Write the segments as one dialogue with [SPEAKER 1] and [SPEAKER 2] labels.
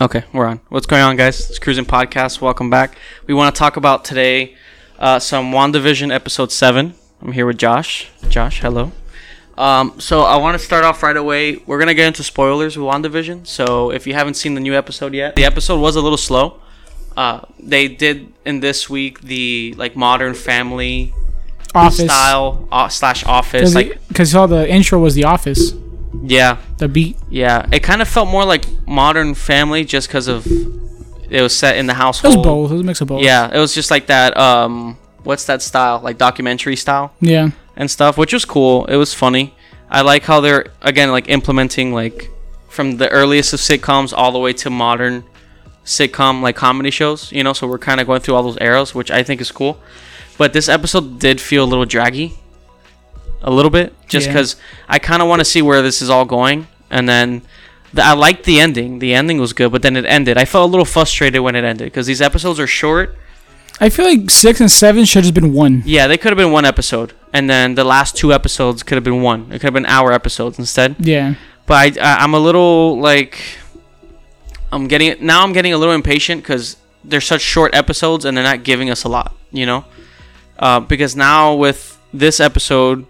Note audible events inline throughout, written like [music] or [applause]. [SPEAKER 1] Okay, we're on. What's going on, guys? It's Cruising Podcast. Welcome back. We want to talk about today uh, some WandaVision episode seven. I'm here with Josh. Josh, hello. Um, so I want to start off right away. We're gonna get into spoilers with WandaVision. So if you haven't seen the new episode yet, the episode was a little slow. Uh, they did in this week the like Modern Family
[SPEAKER 2] Office.
[SPEAKER 1] style uh, slash Office.
[SPEAKER 2] Because
[SPEAKER 1] Like
[SPEAKER 2] all the intro was the office,
[SPEAKER 1] yeah,
[SPEAKER 2] the beat.
[SPEAKER 1] Yeah, it kind of felt more like Modern Family just because of it was set in the
[SPEAKER 2] It
[SPEAKER 1] household.
[SPEAKER 2] was both. It was a mix of both.
[SPEAKER 1] Oh. Yeah, it was just like that. Um, what's that style? Like documentary style
[SPEAKER 2] Yeah.
[SPEAKER 1] and stuff, which was cool. It was funny. I like how they're again like implementing like from the earliest of sitcoms all the way to modern sitcom like comedy shows. You know, so we're kind of going through all those eras, which I think is cool. But this episode did feel a little draggy, a little bit, just
[SPEAKER 2] Yeah.
[SPEAKER 1] because I kind of want to see where this is all going. And then the, I liked the ending. The ending was good, but then it ended. I felt a little frustrated when it ended because these episodes are short.
[SPEAKER 2] I feel like six and seven should have been one.
[SPEAKER 1] Yeah, they could have been one episode, and then the last two episodes could have been one. It could have been hour episodes instead.
[SPEAKER 2] Yeah.
[SPEAKER 1] But I, I, I'm a little like, I'm getting now. I'm getting a little impatient because they're such short episodes, and they're not giving us a lot. You know, uh, because now with this episode,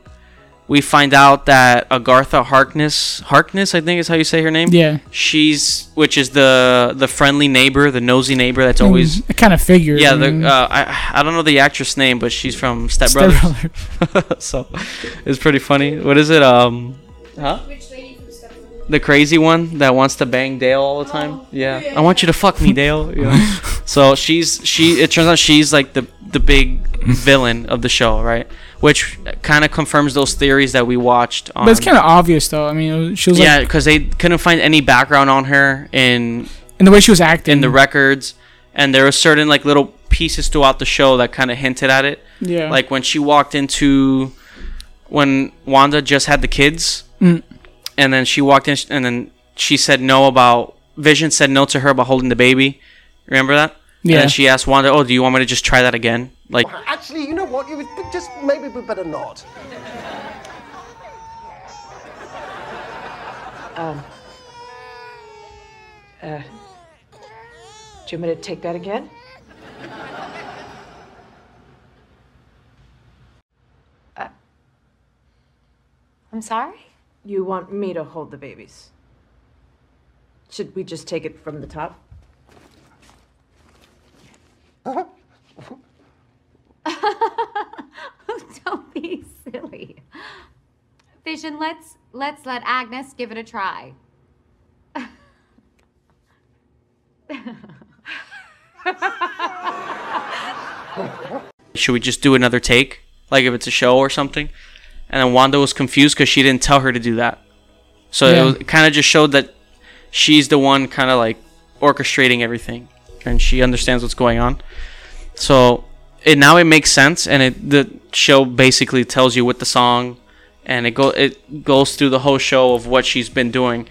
[SPEAKER 1] we find out that Agartha Harkness, Harkness, I think is how you say her name.
[SPEAKER 2] Yeah.
[SPEAKER 1] She's which is the the friendly neighbor, the nosy neighbor that's always.
[SPEAKER 2] I kind of figured.
[SPEAKER 1] Yeah,
[SPEAKER 2] I mean,
[SPEAKER 1] the, uh, I I don't know the actress name, but she's from Step
[SPEAKER 2] Step
[SPEAKER 1] Brothers, [laughs]
[SPEAKER 2] Brothers.
[SPEAKER 1] so it's pretty funny. What is it? Um, huh?
[SPEAKER 3] Which lady from Step Brothers?
[SPEAKER 1] The crazy one that wants to bang Dale all the time.
[SPEAKER 3] Oh,
[SPEAKER 1] Yeah,
[SPEAKER 3] yeah.
[SPEAKER 1] I want you to fuck me,
[SPEAKER 3] [laughs]
[SPEAKER 1] Dale. You know? so she's she. It turns out she's like the the big villain of the show, right? Which kind of confirms those theories that we watched. On,
[SPEAKER 2] [laughs] But it's kind of obvious though. I mean, it was- she was
[SPEAKER 1] yeah,
[SPEAKER 2] like,
[SPEAKER 1] because they couldn't find any background on her in
[SPEAKER 2] and the way she was acting.
[SPEAKER 1] in the records, and there were certain like little pieces throughout the show that kind of hinted at it.
[SPEAKER 2] yeah.
[SPEAKER 1] Like when she walked into when Wanda just had the kids,
[SPEAKER 2] Mm.
[SPEAKER 1] and then she walked in, sh- and then she said no about Vision said no to her about holding the baby. Remember that? And
[SPEAKER 2] Yeah.
[SPEAKER 1] then she asked Wanda, "Oh, do you want me to just try that again?" Like,
[SPEAKER 4] Actually, you know what? You would- just maybe we better not.
[SPEAKER 5] Do you want me to take that again?
[SPEAKER 6] I'm sorry?
[SPEAKER 5] You want me to hold the babies? Should we just take it from the top?
[SPEAKER 6] [laughs] Don't be silly. Vision, let's let's let Agnes give it a try.
[SPEAKER 1] should we just do another take? Like if it's a show or something? And then Wanda was confused because she didn't tell her to do that. So
[SPEAKER 2] Yeah.
[SPEAKER 1] it, was- it kind of just showed that she's the one kind of like orchestrating everything, and she understands what's going on. So it now it makes sense, and it the show basically tells you with the song, and it go it goes through the whole show of what she's been doing.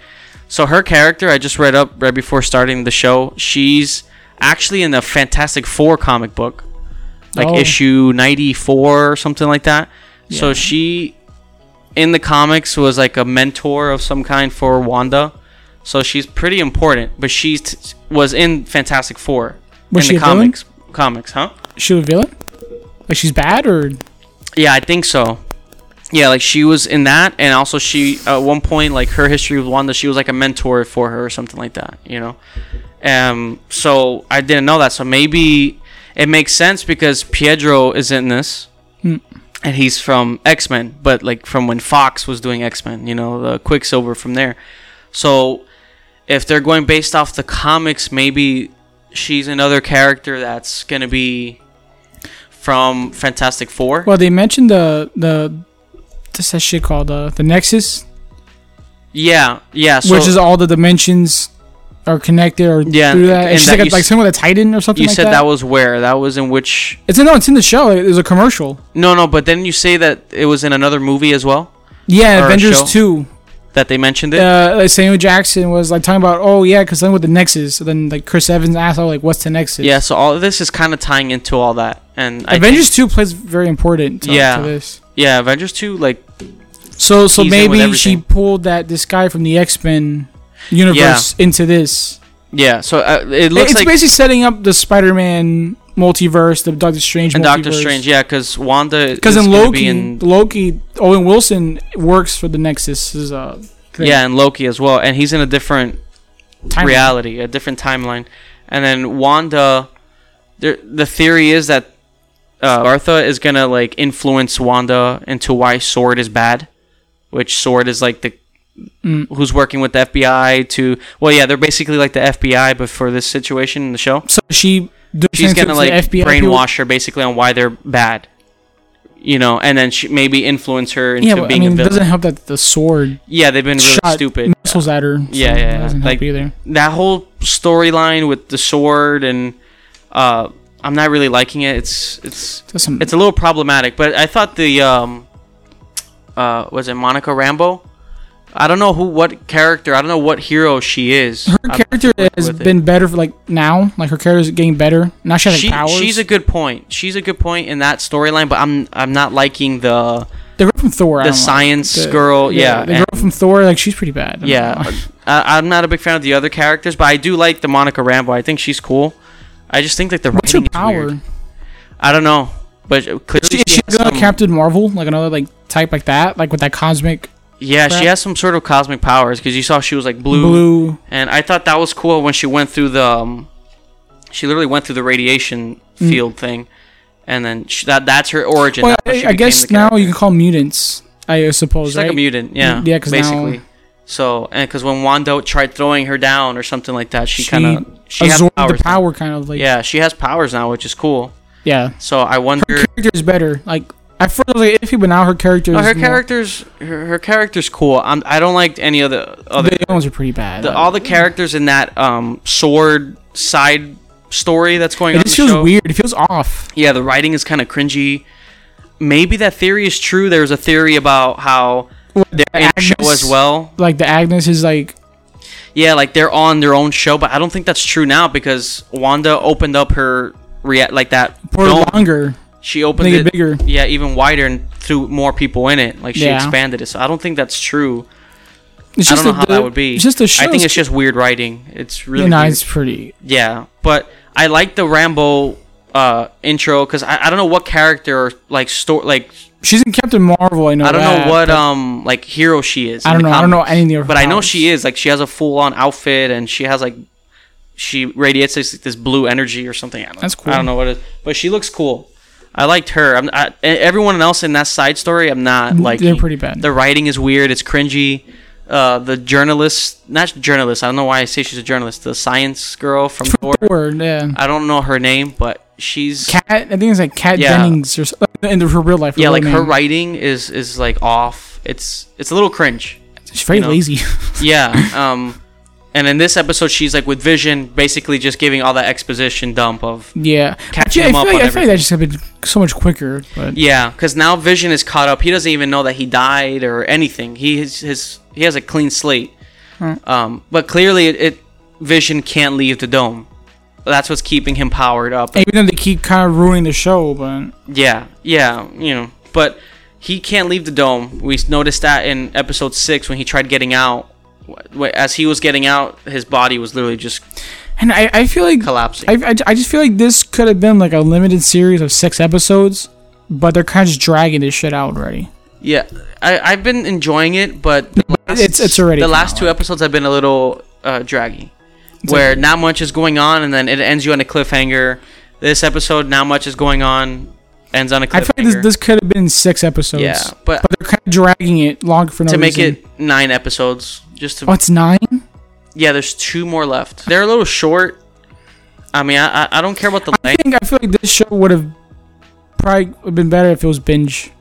[SPEAKER 1] So her character, I just read up right before starting the show. She's actually in the Fantastic Four comic book, like
[SPEAKER 2] Oh.
[SPEAKER 1] issue ninety four or something like that. So she in the comics was like a mentor of some kind for Wanda. So she's pretty important, but she t- was in Fantastic Four
[SPEAKER 2] Was
[SPEAKER 1] in
[SPEAKER 2] she
[SPEAKER 1] the
[SPEAKER 2] a villain?
[SPEAKER 1] comics. Comics, huh?
[SPEAKER 2] she was a villain. Like she's bad or
[SPEAKER 1] Yeah, I think so. Yeah, like she was in that, and also she at one point like her history with Wanda, she was like a mentor for her or something like that, you know. Um, so I didn't know that. So maybe it makes sense because Pietro is in this, and he's from X Men, but like from when Fox was doing X Men, you know, the Quicksilver from there. So if they're going based off the comics, maybe she's another character that's gonna be from Fantastic Four.
[SPEAKER 2] well, they mentioned the the what's that shit called Uh, the the Nexus,
[SPEAKER 1] Yeah, yeah. So
[SPEAKER 2] which is all the dimensions are connected or
[SPEAKER 1] Yeah,
[SPEAKER 2] through that.
[SPEAKER 1] and
[SPEAKER 2] And, she's
[SPEAKER 1] that
[SPEAKER 2] like,
[SPEAKER 1] you
[SPEAKER 2] a, like
[SPEAKER 1] s-
[SPEAKER 2] someone with a Titan or something.
[SPEAKER 1] you
[SPEAKER 2] like
[SPEAKER 1] said that. was where that was in which?
[SPEAKER 2] It's in, no, it's in the show. Like, there's a commercial.
[SPEAKER 1] No, no. But then you say that it was in another movie as well Or
[SPEAKER 2] Yeah,
[SPEAKER 1] a
[SPEAKER 2] Avengers
[SPEAKER 1] show.
[SPEAKER 2] two.
[SPEAKER 1] that they mentioned it.
[SPEAKER 2] Uh, like Samuel Jackson was like talking about, oh yeah, because then with the Nexus. So then like Chris Evans asked, oh like, what's the Nexus?
[SPEAKER 1] yeah. So all of this is kind of tying into all that, and I think-
[SPEAKER 2] Avengers two plays very important. To,
[SPEAKER 1] Yeah.
[SPEAKER 2] To this.
[SPEAKER 1] yeah, Avengers two. Like
[SPEAKER 2] So so
[SPEAKER 1] He's in with
[SPEAKER 2] maybe she
[SPEAKER 1] everything.
[SPEAKER 2] pulled that this guy from the X Men universe into this.
[SPEAKER 1] Yeah, so uh, it looks
[SPEAKER 2] it's
[SPEAKER 1] like
[SPEAKER 2] basically setting up the Spider-Man multiverse, the Doctor Strange
[SPEAKER 1] and
[SPEAKER 2] multiverse.
[SPEAKER 1] Doctor Strange. Yeah, because Wanda
[SPEAKER 2] Because
[SPEAKER 1] is
[SPEAKER 2] in
[SPEAKER 1] gonna
[SPEAKER 2] Loki,
[SPEAKER 1] be in,
[SPEAKER 2] Loki, Owen Wilson works for the Nexus. Is uh, thing.
[SPEAKER 1] yeah, and Loki as well, and he's in a different
[SPEAKER 2] Timeline.
[SPEAKER 1] reality, a different timeline. And then Wanda, there, the theory is that uh, Martha is gonna like influence Wanda into why Sword is bad, which Sword is like the
[SPEAKER 2] Mm.
[SPEAKER 1] who's working with the FBI to well, yeah, they're basically like the FBI, but for this situation in the show,
[SPEAKER 2] So she
[SPEAKER 1] she's gonna like brainwash
[SPEAKER 2] people.
[SPEAKER 1] her basically on why they're bad. You know, and then she maybe influence her into
[SPEAKER 2] Yeah, but, I
[SPEAKER 1] being
[SPEAKER 2] mean,
[SPEAKER 1] a
[SPEAKER 2] it
[SPEAKER 1] villain.
[SPEAKER 2] doesn't help that the sword
[SPEAKER 1] yeah, they've been really
[SPEAKER 2] shot
[SPEAKER 1] stupid.
[SPEAKER 2] missiles at her. so
[SPEAKER 1] Yeah, yeah,
[SPEAKER 2] that
[SPEAKER 1] yeah.
[SPEAKER 2] doesn't help
[SPEAKER 1] Like-
[SPEAKER 2] either.
[SPEAKER 1] that whole storyline with the sword and uh, I'm not really liking it. It's it's
[SPEAKER 2] Does some-
[SPEAKER 1] it's a little problematic. But I thought the um, uh, was it Monica Rambo? I don't know who, what character. I don't know what hero she is.
[SPEAKER 2] her
[SPEAKER 1] I'm
[SPEAKER 2] character
[SPEAKER 1] familiar
[SPEAKER 2] has
[SPEAKER 1] with it.
[SPEAKER 2] been better for like now. Like her character is getting better. Now she has like,
[SPEAKER 1] She,
[SPEAKER 2] powers.
[SPEAKER 1] she's a good point. She's a good point in that storyline. But I'm I'm not liking the
[SPEAKER 2] the girl from Thor. I
[SPEAKER 1] the
[SPEAKER 2] don't like.
[SPEAKER 1] science girl. Yeah,
[SPEAKER 2] the girl
[SPEAKER 1] and-
[SPEAKER 2] from Thor. Like she's pretty bad. [laughs] I don't know.
[SPEAKER 1] Yeah, I, I'm not a big fan of the other characters, but I do like the Monica Rambo. I think she's cool. I just think like the
[SPEAKER 2] What's her
[SPEAKER 1] writing is
[SPEAKER 2] power?
[SPEAKER 1] weird. I don't know, but clearly
[SPEAKER 2] Is she, is
[SPEAKER 1] she
[SPEAKER 2] she
[SPEAKER 1] has
[SPEAKER 2] gonna
[SPEAKER 1] some-
[SPEAKER 2] Captain Marvel, like another like type like that, like with that cosmic
[SPEAKER 1] yeah, she
[SPEAKER 2] crap?
[SPEAKER 1] has some sort of cosmic powers because you saw she was like blue,
[SPEAKER 2] blue.
[SPEAKER 1] and I thought that was cool when she went through the, um, she literally went through the radiation field thing, and then she, that that's her origin.
[SPEAKER 2] Mm. Well,
[SPEAKER 1] That's how she
[SPEAKER 2] I, I
[SPEAKER 1] became
[SPEAKER 2] guess
[SPEAKER 1] the
[SPEAKER 2] now
[SPEAKER 1] character.
[SPEAKER 2] you can call mutants. I suppose
[SPEAKER 1] She's
[SPEAKER 2] right? Mm,
[SPEAKER 1] like a mutant, yeah,
[SPEAKER 2] yeah,
[SPEAKER 1] yeah,
[SPEAKER 2] 'cause now-
[SPEAKER 1] basically. so, and because when Wando tried throwing her down or something like that, she
[SPEAKER 2] She
[SPEAKER 1] kind of she has
[SPEAKER 2] absorbed
[SPEAKER 1] powers.
[SPEAKER 2] the
[SPEAKER 1] now.
[SPEAKER 2] power, kind of like yeah.
[SPEAKER 1] Yeah, she has powers now, which is cool. So I wonder.
[SPEAKER 2] Her character is better. Like at first I was like iffy, but now her character.
[SPEAKER 1] No,
[SPEAKER 2] is
[SPEAKER 1] her
[SPEAKER 2] more-
[SPEAKER 1] character's her, her character's cool. I'm, I don't like any of the other
[SPEAKER 2] The other ones are pretty bad.
[SPEAKER 1] the, all the characters in that um sword side story that's going on. in
[SPEAKER 2] it just
[SPEAKER 1] the
[SPEAKER 2] feels
[SPEAKER 1] show.
[SPEAKER 2] weird. It feels off.
[SPEAKER 1] Yeah, the writing is kind of cringy. Maybe that theory is true. There's a theory about how they're in the show
[SPEAKER 2] Agnes-
[SPEAKER 1] as well.
[SPEAKER 2] Like the Agnes is like
[SPEAKER 1] Yeah, like they're on their own show, but I don't think that's true now because Wanda opened up her rea- like that
[SPEAKER 2] for
[SPEAKER 1] dome.
[SPEAKER 2] longer.
[SPEAKER 1] She opened
[SPEAKER 2] Make
[SPEAKER 1] it,
[SPEAKER 2] it bigger.
[SPEAKER 1] Yeah, even wider and threw more people in it. Like she
[SPEAKER 2] Yeah.
[SPEAKER 1] expanded it. So I don't think that's true.
[SPEAKER 2] It's
[SPEAKER 1] I don't know
[SPEAKER 2] that
[SPEAKER 1] how
[SPEAKER 2] the-
[SPEAKER 1] that would be.
[SPEAKER 2] It's just the show.
[SPEAKER 1] I think it's just weird writing. It's really
[SPEAKER 2] no,
[SPEAKER 1] weird.
[SPEAKER 2] it's pretty.
[SPEAKER 1] yeah. But I like the Rambo uh, intro because I, I don't know what character or like store like
[SPEAKER 2] She's in Captain Marvel. I know.
[SPEAKER 1] I don't
[SPEAKER 2] that,
[SPEAKER 1] know what
[SPEAKER 2] but
[SPEAKER 1] um like hero she is.
[SPEAKER 2] I
[SPEAKER 1] in
[SPEAKER 2] don't
[SPEAKER 1] the
[SPEAKER 2] know. I don't know
[SPEAKER 1] comics.
[SPEAKER 2] any of her
[SPEAKER 1] But I know
[SPEAKER 2] powers.
[SPEAKER 1] she is like she has a full on outfit and she has like she radiates this, this blue energy or something. I don't,
[SPEAKER 2] That's cool.
[SPEAKER 1] I don't know what it is, but she looks cool. I liked her. I'm, I, e- everyone else in that side story, I'm not like.
[SPEAKER 2] Mm, they're pretty bad.
[SPEAKER 1] The writing is weird. It's cringy. Uh, the journalist, not journalist. I don't know why I say she's a journalist. The science girl from Thor.
[SPEAKER 2] Thor. Yeah.
[SPEAKER 1] I don't know her name, but she's
[SPEAKER 2] Cat. I think it's like Cat
[SPEAKER 1] Yeah.
[SPEAKER 2] Jennings or something. In her real life.
[SPEAKER 1] yeah,
[SPEAKER 2] real
[SPEAKER 1] like her
[SPEAKER 2] name.
[SPEAKER 1] writing is is like off. It's it's a little cringe.
[SPEAKER 2] She's very
[SPEAKER 1] you know.
[SPEAKER 2] lazy. [laughs]
[SPEAKER 1] Yeah. Um, and in this episode, she's like with Vision, basically just giving all that exposition dump of
[SPEAKER 2] yeah.
[SPEAKER 1] Catch
[SPEAKER 2] Actually,
[SPEAKER 1] him
[SPEAKER 2] I
[SPEAKER 1] up
[SPEAKER 2] feel like,
[SPEAKER 1] on
[SPEAKER 2] I feel like that just have been so much quicker. But
[SPEAKER 1] yeah, because now Vision is caught up. He doesn't even know that he died or anything. He his, his he has a clean slate. Um, but clearly, it, it Vision can't leave the dome. That's what's keeping him powered up.
[SPEAKER 2] even though they keep kind of ruining the show, but
[SPEAKER 1] Yeah, yeah, you know, but he can't leave the dome. We s- noticed that in episode six when he tried getting out. Wh- wh- As he was getting out, his body was literally just
[SPEAKER 2] and I, I feel like
[SPEAKER 1] collapsing.
[SPEAKER 2] I, I, I just feel like this could have been like a limited series of six episodes, but they're kind of just dragging this shit out already.
[SPEAKER 1] yeah, I, I've been enjoying it, but the last,
[SPEAKER 2] it's- it's already
[SPEAKER 1] the
[SPEAKER 2] come
[SPEAKER 1] last
[SPEAKER 2] out,
[SPEAKER 1] two episodes have been a little uh, draggy, where not much is going on, and then it ends you on a cliffhanger. This episode, not much is going on, ends on a cliffhanger.
[SPEAKER 2] I feel like this, this could have been six episodes.
[SPEAKER 1] yeah, but,
[SPEAKER 2] But they're kind of dragging it long for no
[SPEAKER 1] to make
[SPEAKER 2] reason.
[SPEAKER 1] it nine episodes, just to
[SPEAKER 2] Oh, it's nine?
[SPEAKER 1] Yeah, there's two more left. They're a little short. I mean, I I, I don't care about the
[SPEAKER 2] I
[SPEAKER 1] length.
[SPEAKER 2] think I feel like this show would have probably been better if it was binge.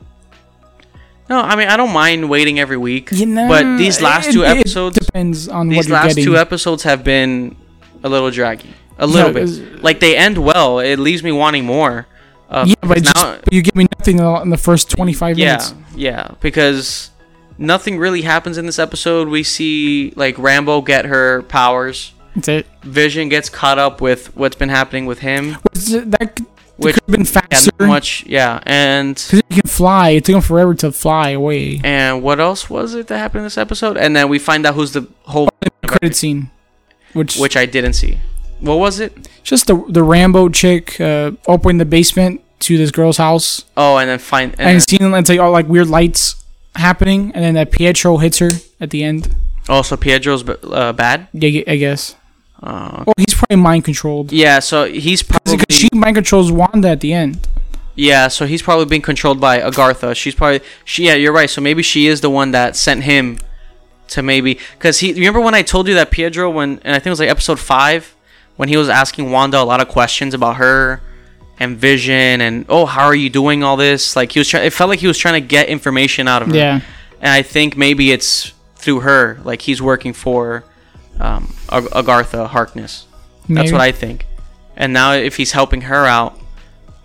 [SPEAKER 1] No, I mean I don't mind waiting every week. but these last
[SPEAKER 2] it-
[SPEAKER 1] two
[SPEAKER 2] it
[SPEAKER 1] episodes,
[SPEAKER 2] depends on what
[SPEAKER 1] these
[SPEAKER 2] you're
[SPEAKER 1] last
[SPEAKER 2] getting.
[SPEAKER 1] two episodes have been a little draggy, a little
[SPEAKER 2] it's-
[SPEAKER 1] bit. Like they end well, it leaves me wanting more. Uh,
[SPEAKER 2] yeah, but,
[SPEAKER 1] because
[SPEAKER 2] just, but you give me nothing in the first 25
[SPEAKER 1] yeah,
[SPEAKER 2] minutes.
[SPEAKER 1] yeah, because nothing really happens in this episode. We see like Rambo get her powers.
[SPEAKER 2] That's it.
[SPEAKER 1] Vision gets caught up with what's been happening with him.
[SPEAKER 2] Was it- That could
[SPEAKER 1] Which-
[SPEAKER 2] have been
[SPEAKER 1] Yeah,
[SPEAKER 2] faster.
[SPEAKER 1] not much. Yeah, and
[SPEAKER 2] Because you can fly. It took him forever to fly away.
[SPEAKER 1] And what else was it that happened in this episode? And then we find out who's the whole.
[SPEAKER 2] Credit scene. Which,
[SPEAKER 1] which I didn't see. What was it?
[SPEAKER 2] just the the Rambo chick uh, opening the basement to this girl's house
[SPEAKER 1] Oh, and then find and,
[SPEAKER 2] and,
[SPEAKER 1] then-
[SPEAKER 2] seeing like all like weird lights happening, and then that Pietro hits her at the end.
[SPEAKER 1] oh, so Pedro's b- uh, bad. Uh,
[SPEAKER 2] Yeah, I guess. Oh, he's probably mind controlled.
[SPEAKER 1] Yeah, so he's probably
[SPEAKER 2] Because she mind controls Wanda at the end.
[SPEAKER 1] yeah, so he's probably being controlled by Agartha. She's probably she. Yeah, you're right. So maybe she is the one that sent him to maybe because he. Remember when I told you that Pedro when and I think it was like episode five when he was asking Wanda a lot of questions about her and Vision and oh how are you doing all this like he was trying. It felt like he was trying to get information out of her.
[SPEAKER 2] Yeah.
[SPEAKER 1] and I think maybe it's through her. Like he's working for um, Ag- Agartha Harkness. That's
[SPEAKER 2] Maybe.
[SPEAKER 1] what I think. And now if he's helping her out,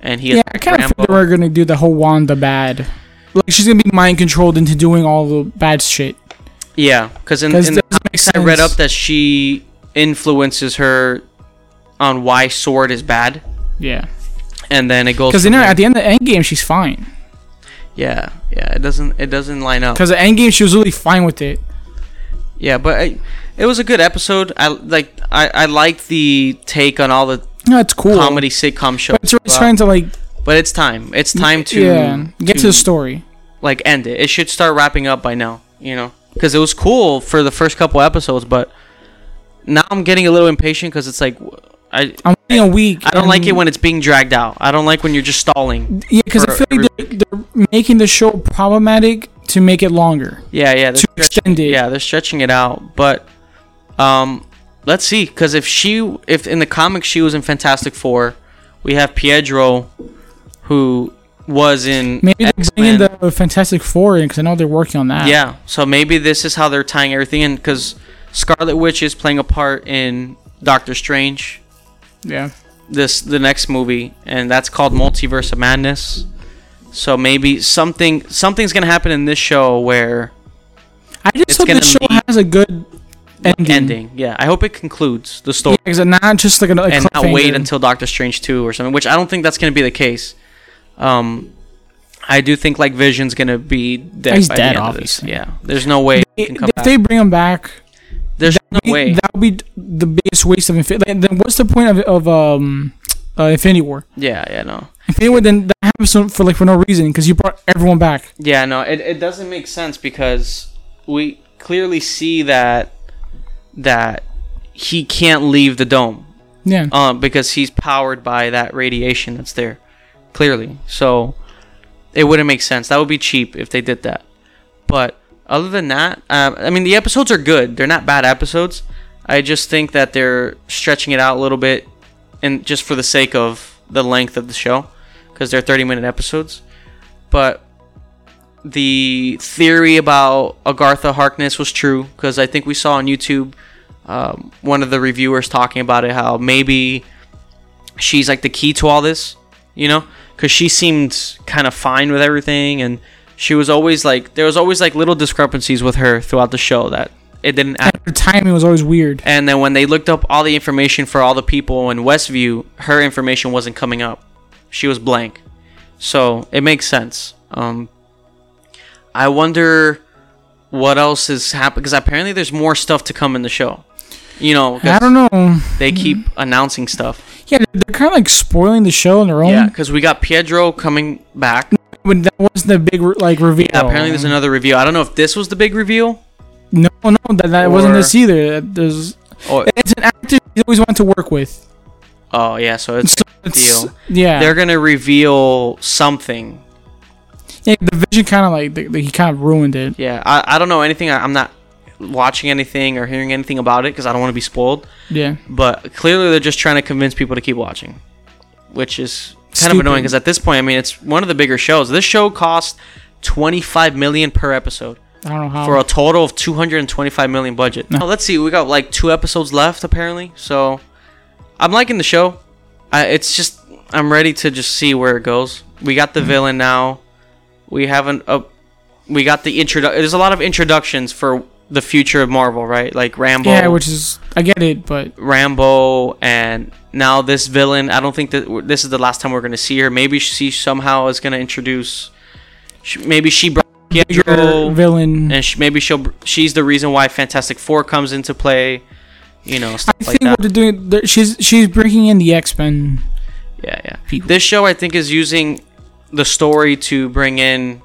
[SPEAKER 1] and he
[SPEAKER 2] Yeah,
[SPEAKER 1] is
[SPEAKER 2] I kind of
[SPEAKER 1] Rambo-
[SPEAKER 2] figured we're gonna do the whole Wanda bad. Like she's gonna be mind controlled into doing all the bad shit.
[SPEAKER 1] yeah, because in,
[SPEAKER 2] 'Cause
[SPEAKER 1] in the
[SPEAKER 2] it doesn't make
[SPEAKER 1] comics I read
[SPEAKER 2] sense.
[SPEAKER 1] up that she influences her on why Sword is bad,
[SPEAKER 2] Yeah.
[SPEAKER 1] and then it goes
[SPEAKER 2] Because
[SPEAKER 1] from
[SPEAKER 2] then
[SPEAKER 1] there.
[SPEAKER 2] at the end of Endgame, she's fine.
[SPEAKER 1] yeah, yeah, it doesn't it doesn't line up.
[SPEAKER 2] Because at Endgame, she was really fine with it.
[SPEAKER 1] Yeah, but I, it was a good episode. I like I, I liked the take on all the
[SPEAKER 2] No, it's cool.
[SPEAKER 1] comedy sitcom shows.
[SPEAKER 2] It's, it's
[SPEAKER 1] about-
[SPEAKER 2] trying to like
[SPEAKER 1] But it's time. It's time to
[SPEAKER 2] yeah get to, the story.
[SPEAKER 1] like end it. It should start wrapping up by now, you know, because it was cool for the first couple episodes, but now I'm getting a little impatient because it's like w- I
[SPEAKER 2] I'm waiting a week.
[SPEAKER 1] I don't like it
[SPEAKER 2] and-
[SPEAKER 1] when it's being dragged out. I don't like when you're just stalling.
[SPEAKER 2] yeah, because I
[SPEAKER 1] for
[SPEAKER 2] feel like they're, they're making the show problematic to make it longer.
[SPEAKER 1] Yeah, yeah, they're
[SPEAKER 2] To extend it.
[SPEAKER 1] Yeah, they're stretching it out, but um, let's see, because if she if in the comic she was in Fantastic Four, we have Pietro, who was in
[SPEAKER 2] Maybe they're bringing
[SPEAKER 1] X-Men.
[SPEAKER 2] the Fantastic Four in because I know they're working on that.
[SPEAKER 1] Yeah, so maybe this is how they're tying everything in because Scarlet Witch is playing a part in Doctor Strange,
[SPEAKER 2] yeah.
[SPEAKER 1] this the next movie, and that's called Multiverse of Madness. So maybe something something's gonna happen in this show where
[SPEAKER 2] I just
[SPEAKER 1] It's
[SPEAKER 2] hope
[SPEAKER 1] gonna
[SPEAKER 2] this show
[SPEAKER 1] lead-
[SPEAKER 2] has a good ending.
[SPEAKER 1] ending. Yeah, I hope it concludes the story
[SPEAKER 2] Because not just like an like
[SPEAKER 1] and not wait
[SPEAKER 2] cliffhanger.
[SPEAKER 1] until Doctor Strange two or something, which I don't think that's gonna be the case. Um, I do think like Vision's gonna be dead.
[SPEAKER 2] He's
[SPEAKER 1] by
[SPEAKER 2] dead,
[SPEAKER 1] the end
[SPEAKER 2] obviously.
[SPEAKER 1] Of this. Yeah, there's no way. he can come
[SPEAKER 2] if
[SPEAKER 1] back.
[SPEAKER 2] they bring him back.
[SPEAKER 1] there's no way.
[SPEAKER 2] That would be d- the biggest waste of Infinity. Like, then what's the point of, of um, uh, Infinity War?
[SPEAKER 1] yeah, yeah, no.
[SPEAKER 2] Infinity War then that happens so- for like for no reason because you brought everyone back.
[SPEAKER 1] Yeah, no, it, it doesn't make sense because we clearly see that that he can't leave the dome
[SPEAKER 2] Yeah,
[SPEAKER 1] um, because he's powered by that radiation that's there, clearly. So it wouldn't make sense. That would be cheap if they did that. But other than that, um, I mean, the episodes are good. They're not bad episodes. I just think that they're stretching it out a little bit, and just for the sake of the length of the show, because they're 30-minute episodes. But the theory about Agartha Harkness was true because I think we saw on YouTube um, one of the reviewers talking about it how maybe she's like the key to all this, you know, because she seemed kind of fine with everything and she was always like there was always like little discrepancies with her throughout the show that it didn't add.
[SPEAKER 2] the timing was always weird.
[SPEAKER 1] And then when they looked up all the information for all the people in Westview, her information wasn't coming up. She was blank. So it makes sense. Um, I wonder what else is happening because apparently there's more stuff to come in the show. You know, 'cause
[SPEAKER 2] I don't know.
[SPEAKER 1] they keep announcing stuff.
[SPEAKER 2] Yeah, they're kind of like spoiling the show on their own.
[SPEAKER 1] Yeah, because we got Pietro coming back.
[SPEAKER 2] when that wasn't the big re- like reveal.
[SPEAKER 1] Apparently there's another reveal. I don't know if this was the big reveal.
[SPEAKER 2] no, no, that, that wasn't
[SPEAKER 1] Or-
[SPEAKER 2] this either. There's
[SPEAKER 1] Or,
[SPEAKER 2] it's an actor you always want to work with.
[SPEAKER 1] oh yeah, so it's
[SPEAKER 2] So
[SPEAKER 1] a
[SPEAKER 2] it's,
[SPEAKER 1] deal.
[SPEAKER 2] Yeah,
[SPEAKER 1] They're gonna reveal something
[SPEAKER 2] yeah, the vision kind of like the, the- he kind of ruined it.
[SPEAKER 1] Yeah, I, I don't know anything. I, I'm not watching anything or hearing anything about it because I don't want to be spoiled.
[SPEAKER 2] Yeah,
[SPEAKER 1] But clearly, they're just trying to convince people to keep watching, which is kind of
[SPEAKER 2] Stupid.
[SPEAKER 1] annoying because at this point, I mean, it's one of the bigger shows. This show cost 25 million per episode
[SPEAKER 2] I don't know how.
[SPEAKER 1] for a total of 225 million budget. Now, let's see, we got like two episodes left apparently, so I'm liking the show. I, it's just I'm ready to just see where it goes. We got the
[SPEAKER 2] Mm-hmm.
[SPEAKER 1] villain now. We haven't uh, we got the introdu- There's a lot of introductions for the future of Marvel, right? Like Rambo,
[SPEAKER 2] yeah, which is I get it, but
[SPEAKER 1] Rambo, and now this villain. I don't think that w- this is the last time we're gonna see her. Maybe she somehow is gonna introduce. She, maybe she brought
[SPEAKER 2] your
[SPEAKER 1] Pietro
[SPEAKER 2] villain.
[SPEAKER 1] and she, maybe she'll she's the reason why Fantastic Four comes into play you know, stuff
[SPEAKER 2] I
[SPEAKER 1] like
[SPEAKER 2] think
[SPEAKER 1] that.
[SPEAKER 2] what they're doing, they're, she's she's bringing in the X Men.
[SPEAKER 1] yeah, yeah. This show, I think, is using the story to bring in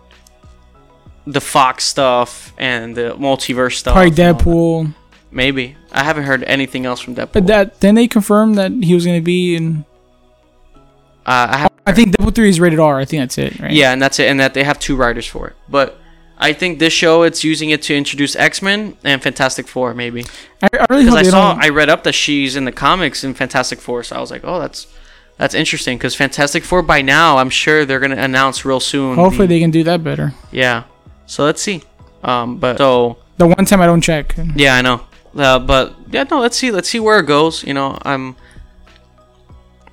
[SPEAKER 1] the Fox stuff and the multiverse stuff.
[SPEAKER 2] Probably
[SPEAKER 1] and all that.
[SPEAKER 2] Deadpool.
[SPEAKER 1] Maybe I haven't heard anything else from Deadpool.
[SPEAKER 2] But that then they confirmed that he was gonna be in.
[SPEAKER 1] uh, I have,
[SPEAKER 2] I think Deadpool three is rated R. I think that's it, right?
[SPEAKER 1] yeah, and that's it, and that they have two writers for it. But I think this show, it's using it to introduce X Men and Fantastic Four, maybe.
[SPEAKER 2] I, I really
[SPEAKER 1] Because
[SPEAKER 2] hope
[SPEAKER 1] I
[SPEAKER 2] they
[SPEAKER 1] saw,
[SPEAKER 2] don't.
[SPEAKER 1] I read up that she's in the comics in Fantastic Four, so I was like, oh, that's that's interesting. Because Fantastic Four, by now, I'm sure they're gonna announce real soon.
[SPEAKER 2] hopefully
[SPEAKER 1] the-
[SPEAKER 2] they can do that better.
[SPEAKER 1] yeah. So let's see. Um, but so
[SPEAKER 2] The one time I don't check.
[SPEAKER 1] yeah, I know. Uh, but yeah, no, let's see, let's see where it goes. You know, I'm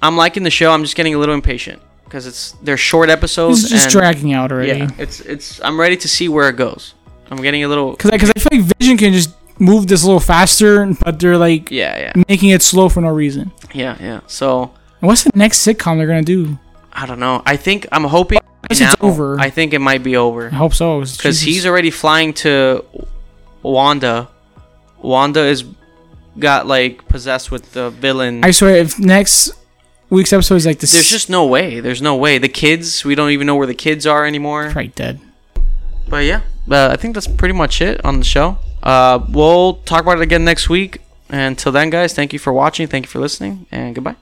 [SPEAKER 1] I'm liking the show. I'm just getting a little impatient because it's they're short episodes.
[SPEAKER 2] It's just
[SPEAKER 1] and-
[SPEAKER 2] dragging out already.
[SPEAKER 1] Yeah, it's it's. I'm ready to see where it goes. I'm getting a little.
[SPEAKER 2] Cause, I, Cause I feel like Vision can just move this a little faster, but they're like
[SPEAKER 1] Yeah, yeah,
[SPEAKER 2] making it slow for no reason.
[SPEAKER 1] yeah, yeah. So
[SPEAKER 2] And what's the next sitcom they're gonna do?
[SPEAKER 1] I don't know. I think I'm hoping
[SPEAKER 2] Unless
[SPEAKER 1] now,
[SPEAKER 2] it's over. Oh,
[SPEAKER 1] I think it might be over.
[SPEAKER 2] I hope so.
[SPEAKER 1] because he's already flying to Wanda. Wanda is got like possessed with the villain.
[SPEAKER 2] I swear, if next week's episode is like this,
[SPEAKER 1] There's just no way. There's no way. The kids, we don't even know where the kids are anymore.
[SPEAKER 2] probably dead.
[SPEAKER 1] But yeah, uh, I think that's pretty much it on the show. Uh, we'll talk about it again next week. And until then, guys, thank you for watching. Thank you for listening, and goodbye.